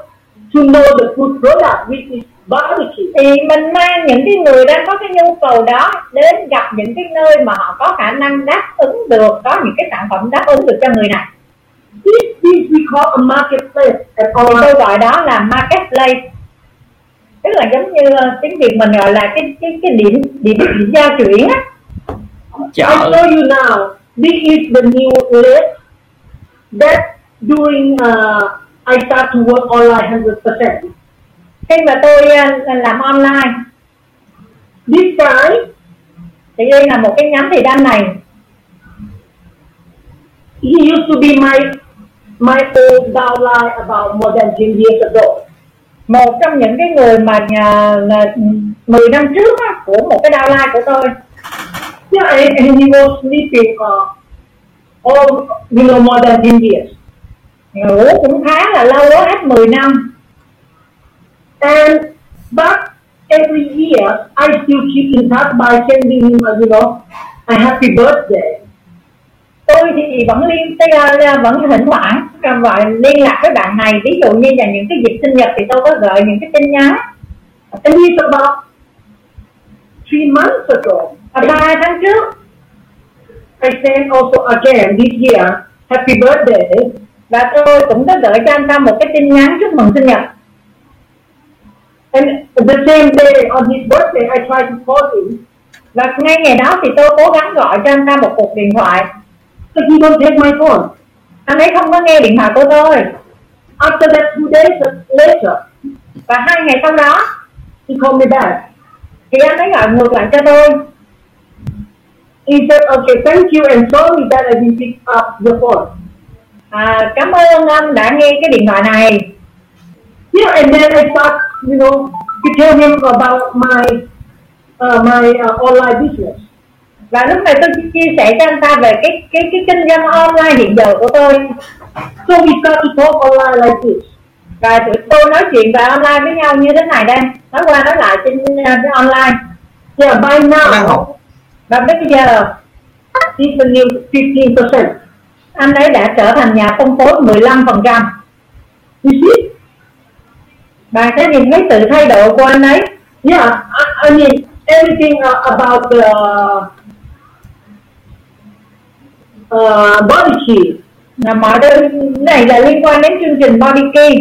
to know the good product, which is barbecue. thì mình mang những cái người đang có cái nhu cầu đó đến gặp những cái nơi mà họ có khả năng đáp ứng được có những cái sản phẩm đáp ứng được cho người này This is we call a marketplace at thì online. tôi gọi đó là marketplace tức là giống như ờ, tiếng việt mình gọi là cái cái cái điểm điểm, điểm giao chuyển á I chợ tell you now, this is the new list that doing. Uh, I start to work online hundred percent. khi mà tôi ờ, làm online This guy, thì đây là một cái nhóm thị đan này he used to be my my old downline about more than ten years ago. một trong những cái người mà ờ, là 10 năm trước á, của một cái downline của tôi Yeah, and, and he was sleeping uh, all you know more than ten years. ngủ cũng khá là lâu đó hết 10 năm And but every year I still keep in touch by sending him, uh, you know, a happy birthday. tôi thì vẫn liên tê- à, vẫn thỉnh thoảng à, gọi liên lạc với bạn này ví dụ như là những cái dịp sinh nhật thì tôi có gửi những cái tin nhắn And it's about three months ago. và ba tháng trước I sent also again this year, happy birthday. và tôi cũng có gửi cho anh ta một cái tin nhắn chúc mừng sinh nhật And the same day on his birthday, I tried to call him, và ngay ngày đó thì tôi cố gắng gọi cho anh ta một cuộc điện thoại but he don't take my phone. anh ấy không có nghe điện thoại của tôi After that, two days later, và hai ngày sau đó he called me back. thì anh ấy gọi ngược lại cho tôi He said, "Okay, thank you, and sorry that I didn't pick up the phone." à, cảm ơn anh đã nghe cái điện thoại này Yeah, and then I start, you know, to tell him about my uh, my uh, online business. và lúc này tôi chia sẻ cho anh ta về cái cái cái kinh doanh online hiện giờ của tôi So we start to talk online like this. và tụi tôi nói chuyện về online với nhau như thế này đây nói qua nói lại trên ờ, cái online Yeah, by đang now học và bây giờ he's the new fifteen percent. anh ấy đã trở thành nhà phân phối 15% You see? bạn sẽ nhìn thấy sự thay đổi của anh ấy Yeah, I, I mean everything uh, about the uh, body key. là mọi thứ này là liên quan đến chương trình body key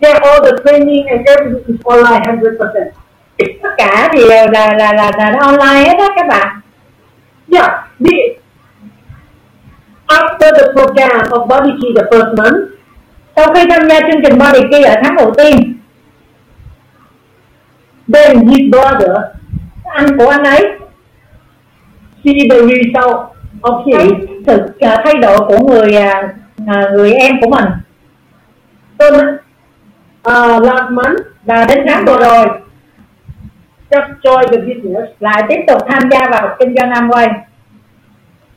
Yeah, all the training and everything is online hundred percent. tất cả thì đều là là là là nó online hết á các bạn Yeah, the, after the program of body key the first month. sau khi tham gia chương trình body key ở tháng đầu tiên Then his brother anh của anh ấy see the result of thấy him. sự ờ, thay đổi của người ờ, ờ, người em của mình So uh, last month, và đến tháng vừa rồi just joined the business, lại tiếp tục tham gia vào kinh doanh Amway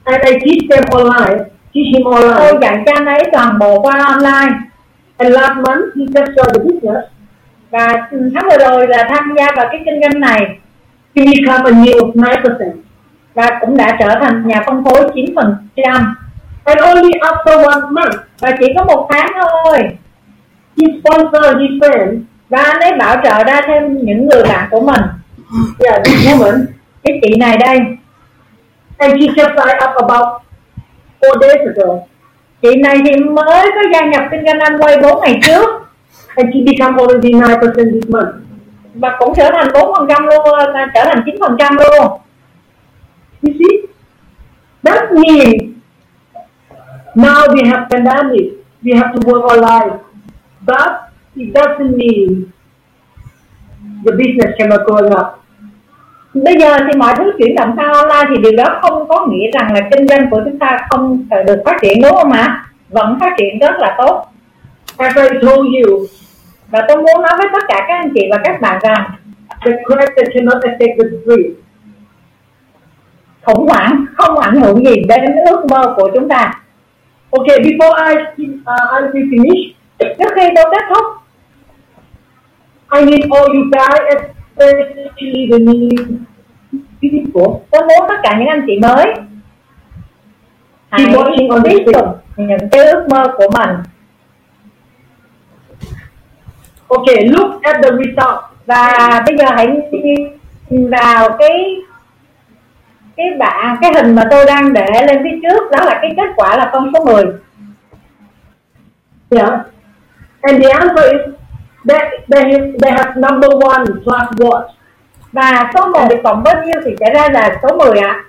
and I teach them online, teach him tôi online. dạy cho anh ấy toàn bộ qua online And last month, he just joined the business. và tháng vừa rồi là tham gia vào cái kinh doanh này He become a new nine percent. và cũng đã trở thành nhà phân phối 9% And only after one month, và chỉ có một tháng thôi he sponsored his friend, và anh ấy bảo trợ ra thêm những người bạn của mình yeah, this woman, cái chị này đây and she just signed up about four days ago, chị này thì mới có gia nhập kinh doanh anh quay 4 ngày trước and she become already nine percent this month. và cũng trở thành 4% luôn à, trở thành 9% luôn You see, that means now we have pandemic, we have to work online, but it doesn't mean the business cannot go up. bây giờ thì mọi thứ chuyển động sang online thì điều đó không có nghĩa rằng là kinh doanh của chúng ta không được phát triển đúng không ạ vẫn phát triển rất là tốt As I told you, và tôi muốn nói với tất cả các anh chị và các bạn rằng the crisis cannot affect the street. khủng hoảng không ảnh hưởng gì đến ước mơ của chúng ta Okay, before I uh, until finish, trước khi tôi kết thúc I need all you guys, especially the new people, tôi muốn tất cả những anh chị mới hãy Keep watching on the tiếp screen. tục những cái ước mơ của mình Okay, look at the result. và bây giờ hãy nhìn vào cái cái bạ cái hình mà tôi đang để lên phía trước đó là cái kết quả là con số 10 Yeah. And the answer is that they have, they have number one plus what? và số 1 cộng bao nhiêu thì sẽ ra là số 10 ạ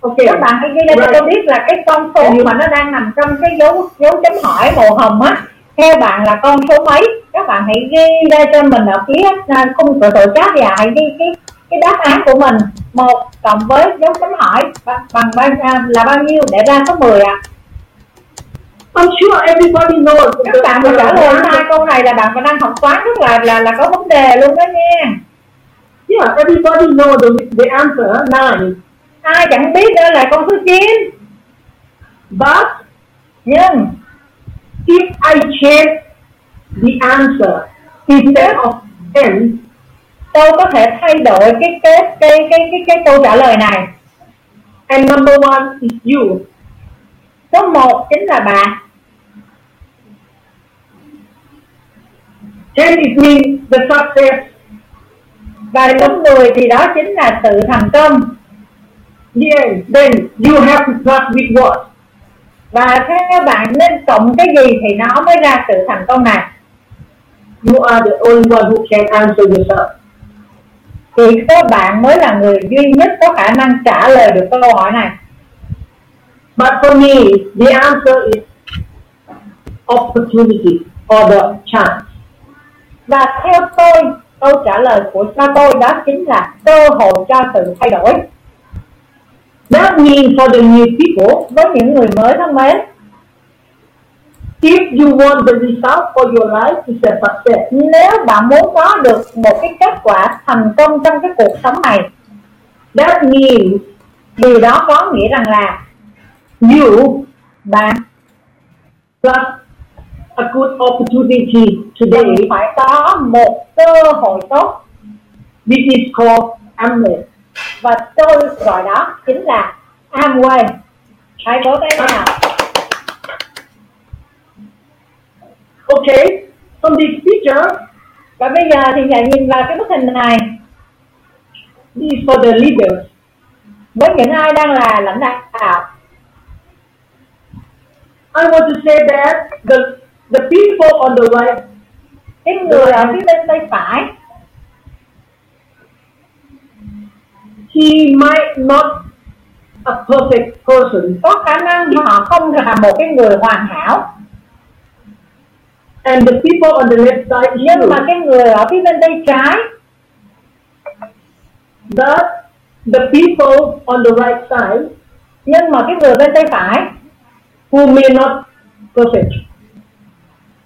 Okay. các bạn hãy ghi ra cho Right. tôi biết là cái con số mà nó đang nằm trong cái dấu dấu chấm hỏi màu hồng á theo bạn là con số mấy các bạn hãy ghi ra cho mình ở phía à, khung cửa sổ chat và hãy ghi cái cái đáp án của mình một cộng với dấu chấm hỏi ba- bằng bao à, là bao nhiêu để ra số 10 ạ I'm sure everybody knows. các bạn mà trả lời hai câu này là bạn mà đang học toán rất là là là có vấn đề luôn đó nha Yeah, everybody knows the, the answer nine, ai chẳng biết đó là con số 9 but nhưng if I change the answer instead of ten, tôi có thể thay đổi cái cái cái cái cái, cái câu trả lời này and number one is you, Số 1 chính là bạn ten is means the success. Và số 10 thì đó chính là sự thành công Yeah, then you have to start with what? Và theo bạn nên cộng cái gì thì nó mới ra sự thành công này You are the only one who can answer yourself. Chỉ có bạn mới là người duy nhất có khả năng trả lời được câu hỏi này But for me, the answer is opportunity or the chance. Và theo tôi, câu trả lời của cho tôi đó chính là cơ hội cho sự thay đổi That means for the new people, Với những người mới thân mến if you want the result for your life is a success, Nếu bạn muốn có được một cái kết quả thành công trong cái cuộc sống này that means Điều đó có nghĩa rằng là you bạn plus a good opportunity cần today, phải có một cơ hội tốt which is called Amway. và tôi gọi đó chính là Amway hai vỗ tay nào Okay, from this picture, và bây giờ thì lại nhìn vào cái bức hình này this is for the leaders. với những ai đang là lãnh đạo I want to say that the, the people on the right cái người ở phía bên tay phải he might not a perfect person có khả năng họ không là một cái người hoàn hảo and the people on the left side is nhưng mà you. cái người ở phía bên tay trái But the people on the right side nhưng mà cái người bên tay phải who may not perfect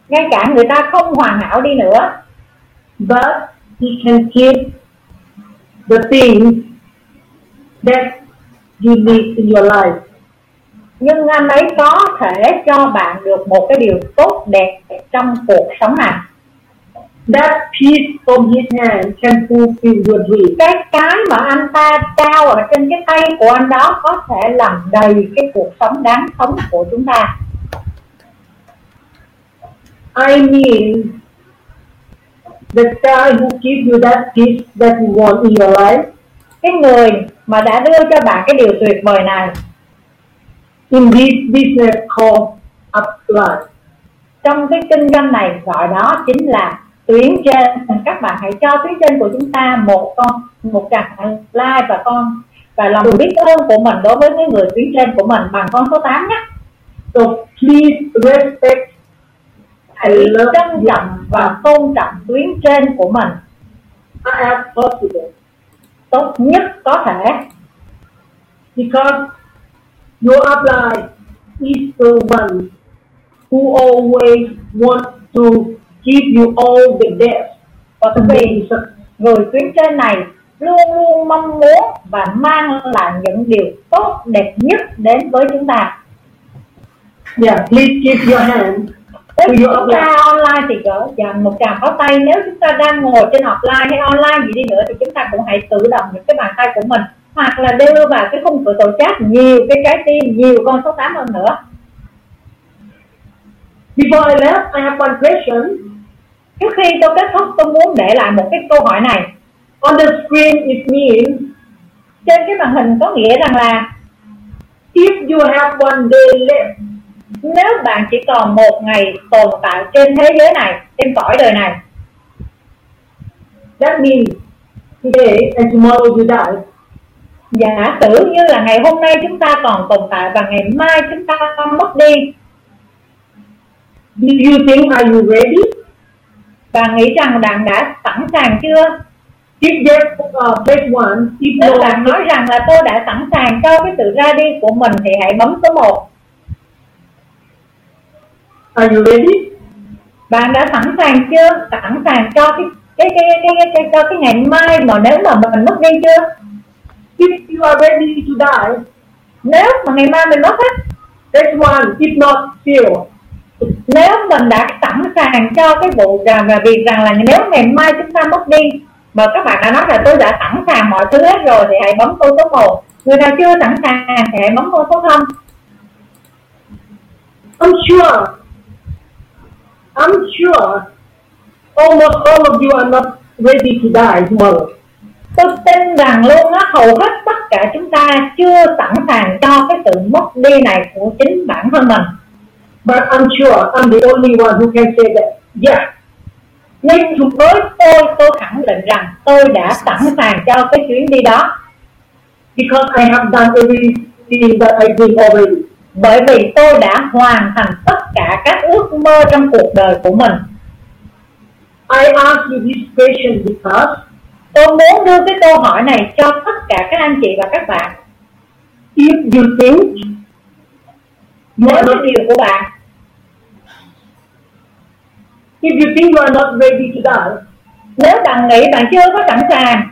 ngay cả người ta không hoàn hảo đi nữa but he can give the things that you need in your life. nhưng anh ấy có thể cho bạn được một cái điều tốt đẹp trong cuộc sống này That piece from his hand can fulfill your dream. cái cái mà anh ta trao đâu ở trên cái tay của anh đó có thể làm đầy cái cuộc sống đáng sống của chúng ta I mean, the guy who gives you that gift that you want in your life, cái người mà đã đưa cho bạn cái điều tuyệt vời này in this business called apply. trong cái kinh doanh này gọi đó chính là tuyến trên các bạn hãy cho tuyến trên của chúng ta một con một trạng like và con và lòng biết ơn của mình đối với cái người tuyến trên của mình bằng con số 8 nhé So please respect hãy trân trọng và tôn trọng tuyến trên của mình as possible tốt nhất có thể because your apply is the one who always wants to give you all the best và to vì be successful. người tuyến trên này luôn luôn mong muốn và mang lại những điều tốt đẹp nhất đến với chúng ta Yeah, please give your hand Nếu to your chúng apply. ta online thì gỡ dành một tràng pháo tay Nếu chúng ta đang ngồi trên offline hay online gì đi nữa Thì chúng ta cũng hãy tự động những cái bàn tay của mình Hoặc là đưa vào cái khung cửa tổ chat nhiều cái trái tim Nhiều con số 8 hơn nữa Before I left, I have one question. Trước khi tôi kết thúc tôi muốn để lại một cái câu hỏi này On the screen, it means Trên cái màn hình có nghĩa rằng là if you have one day left, Nếu bạn chỉ còn một ngày tồn tại trên thế giới này Trên cõi đời này that means today and tomorrow you die. Giả sử như là ngày hôm nay chúng ta còn tồn tại Và ngày mai chúng ta mất đi Do you think are you ready? Và nghĩ rằng bạn đã sẵn sàng chưa If yes, uh, press one. If Nếu no, bạn nói rằng là tôi đã sẵn sàng cho cái sự ra đi của mình thì hãy bấm số 1 are you ready? Bạn đã sẵn sàng chưa? Sẵn sàng cho cái cái cái cái cái, cái, cho cái ngày mai mà nếu mà mình mất đi chưa? If you are ready to die, Nếu mà ngày mai mình mất hết press one. If not, zero. Nếu mình đã sẵn sàng cho cái vụ rằng là việc rằng là nếu ngày mai chúng ta mất đi Mà các bạn đã nói là tôi đã sẵn sàng mọi thứ hết rồi thì hãy bấm câu số 1 Người nào chưa sẵn sàng thì hãy bấm câu số 0 I'm sure. I'm sure. Almost all of you are not ready to die tomorrow. Tôi tin rằng luôn á hầu hết tất cả chúng ta chưa sẵn sàng cho cái sự mất đi này của chính bản thân mình But I'm sure I'm the only one who can say that. Yeah, Nhưng thuộc với tôi tôi khẳng định rằng tôi đã sẵn sàng cho cái chuyến đi đó because I have done everything that I did already. Bởi vì tôi đã hoàn thành tất cả các ước mơ trong cuộc đời của mình I ask you this question because Tôi muốn đưa cái câu hỏi này cho tất cả các anh chị và các bạn if you think you Nếu are cái not điều của bạn if you think you are not ready to die, Nếu bạn nghĩ bạn chưa có sẵn sàng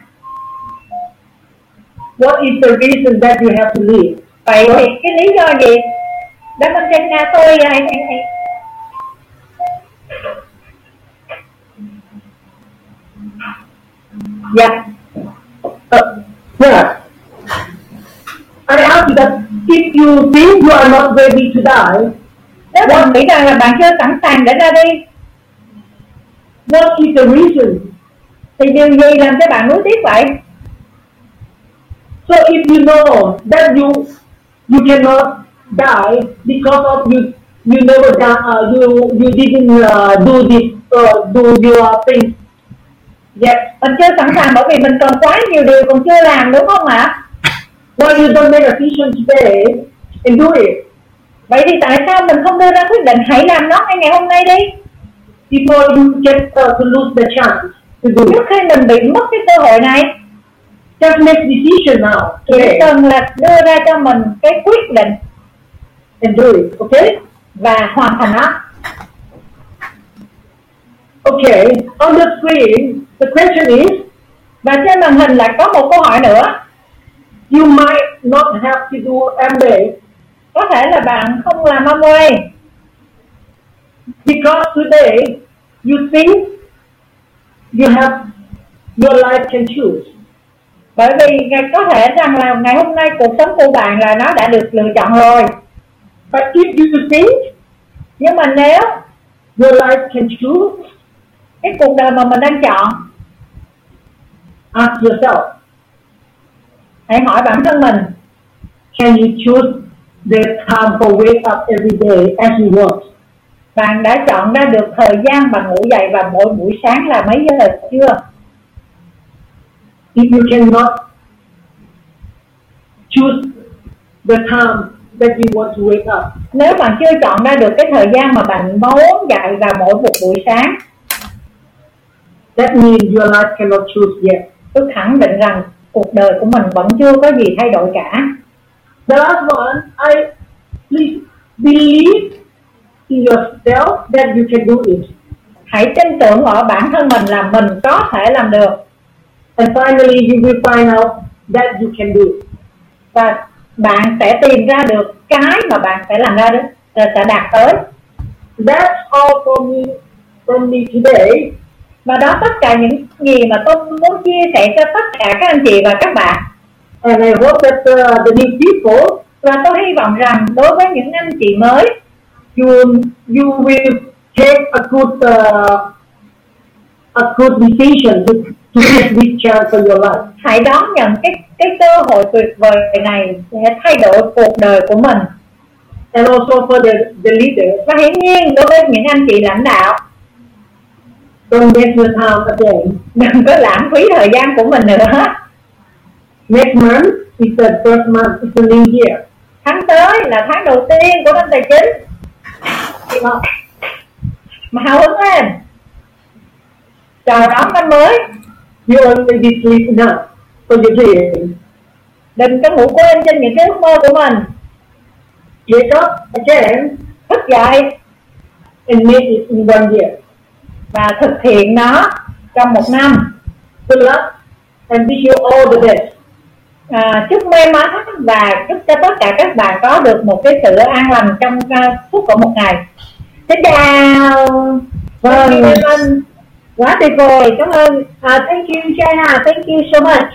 what is the reason that you have to live? Vậy thì cái lý do gì? Đám anh trên Nga tôi ai ai ai Dạ Uh, yeah. I ask you that if you think you are not ready to die, Nếu bạn nghĩ rằng là bạn chưa sẵn sàng để ra đi what is the reason? Thì điều gì làm cho bạn nuối tiếc vậy? So if you know that you you cannot die because of you you never die, uh, you you didn't uh, do this uh, do your things yet. Dạ, Mình chưa sẵn sàng bởi vì mình còn quá nhiều điều còn chưa làm đúng không ạ? Why you don't make a decision today and do it Vậy thì tại sao mình không đưa ra quyết định hãy làm nó ngay ngày hôm nay đi before you get uh, to lose the chance to do Trước it? khi mình bị mất cái cơ hội này Just make decision now Chỉ today cần là đưa ra cho mình cái quyết định and do it. Okay. và hoàn thành nó Okay, on the screen, the question is, Và trên màn hình lại có một câu hỏi nữa you might not have to do MBA Có thể là bạn không làm Amway because today you think you have your life can choose. bởi vì ngày- có thể rằng là ngày hôm nay cuộc sống của bạn là nó đã được lựa chọn rồi But if you think nhưng mà nếu your life can choose, cái cuộc đời mà mình đang chọn ask yourself, hãy hỏi bản thân mình can you choose the time for wake up every day as you want? bạn đã chọn ra được thời gian bạn ngủ dậy và mỗi buổi sáng là mấy giờ chưa If you cannot choose the time that you want to wake up, nếu bạn chưa chọn ra được cái thời gian mà bạn muốn dậy vào mỗi một buổi sáng that means your life cannot choose yet. tôi khẳng định rằng cuộc đời của mình vẫn chưa có gì thay đổi cả The last one, I please believe in yourself that you can do it. hãy tin tưởng ở bản thân mình là mình có thể làm được And finally, you will find out that you can do it. và bạn sẽ tìm ra được cái mà bạn sẽ làm ra được là sẽ đạt tới That's all for me from me today. và đó tất cả những gì mà tôi muốn chia sẻ cho tất cả các anh chị và các bạn And I hope that uh, the new people và tôi hy vọng rằng đối với những anh chị mới you you will take a good uh, a good decision to, to take this chance for your life. hãy đón nhận cái cái cơ hội tuyệt vời này để thay đổi cuộc đời của mình And also for the, the leaders, và hiển nhiên đối với những anh chị lãnh đạo don't waste your time again. đừng có lãng phí thời gian của mình nữa Next month is the first month, it's the new year. tháng tới là tháng đầu tiên của năm tài chính Give up. mà hào hứng lên chào đón năm mới You already sleep enough for your dreams. đừng có ngủ quên trên những cái ước mơ của mình Wake up again thức dậy and make it in one year. và thực hiện nó trong một năm Good luck and wish you all the best. à, chúc may mắn và chúc cho tất cả các bạn có được một cái sự an lành trong à, suốt của một ngày xin chào Vâng. Cảm ơn. quá tuyệt vời cảm ơn à, thank you China thank you so much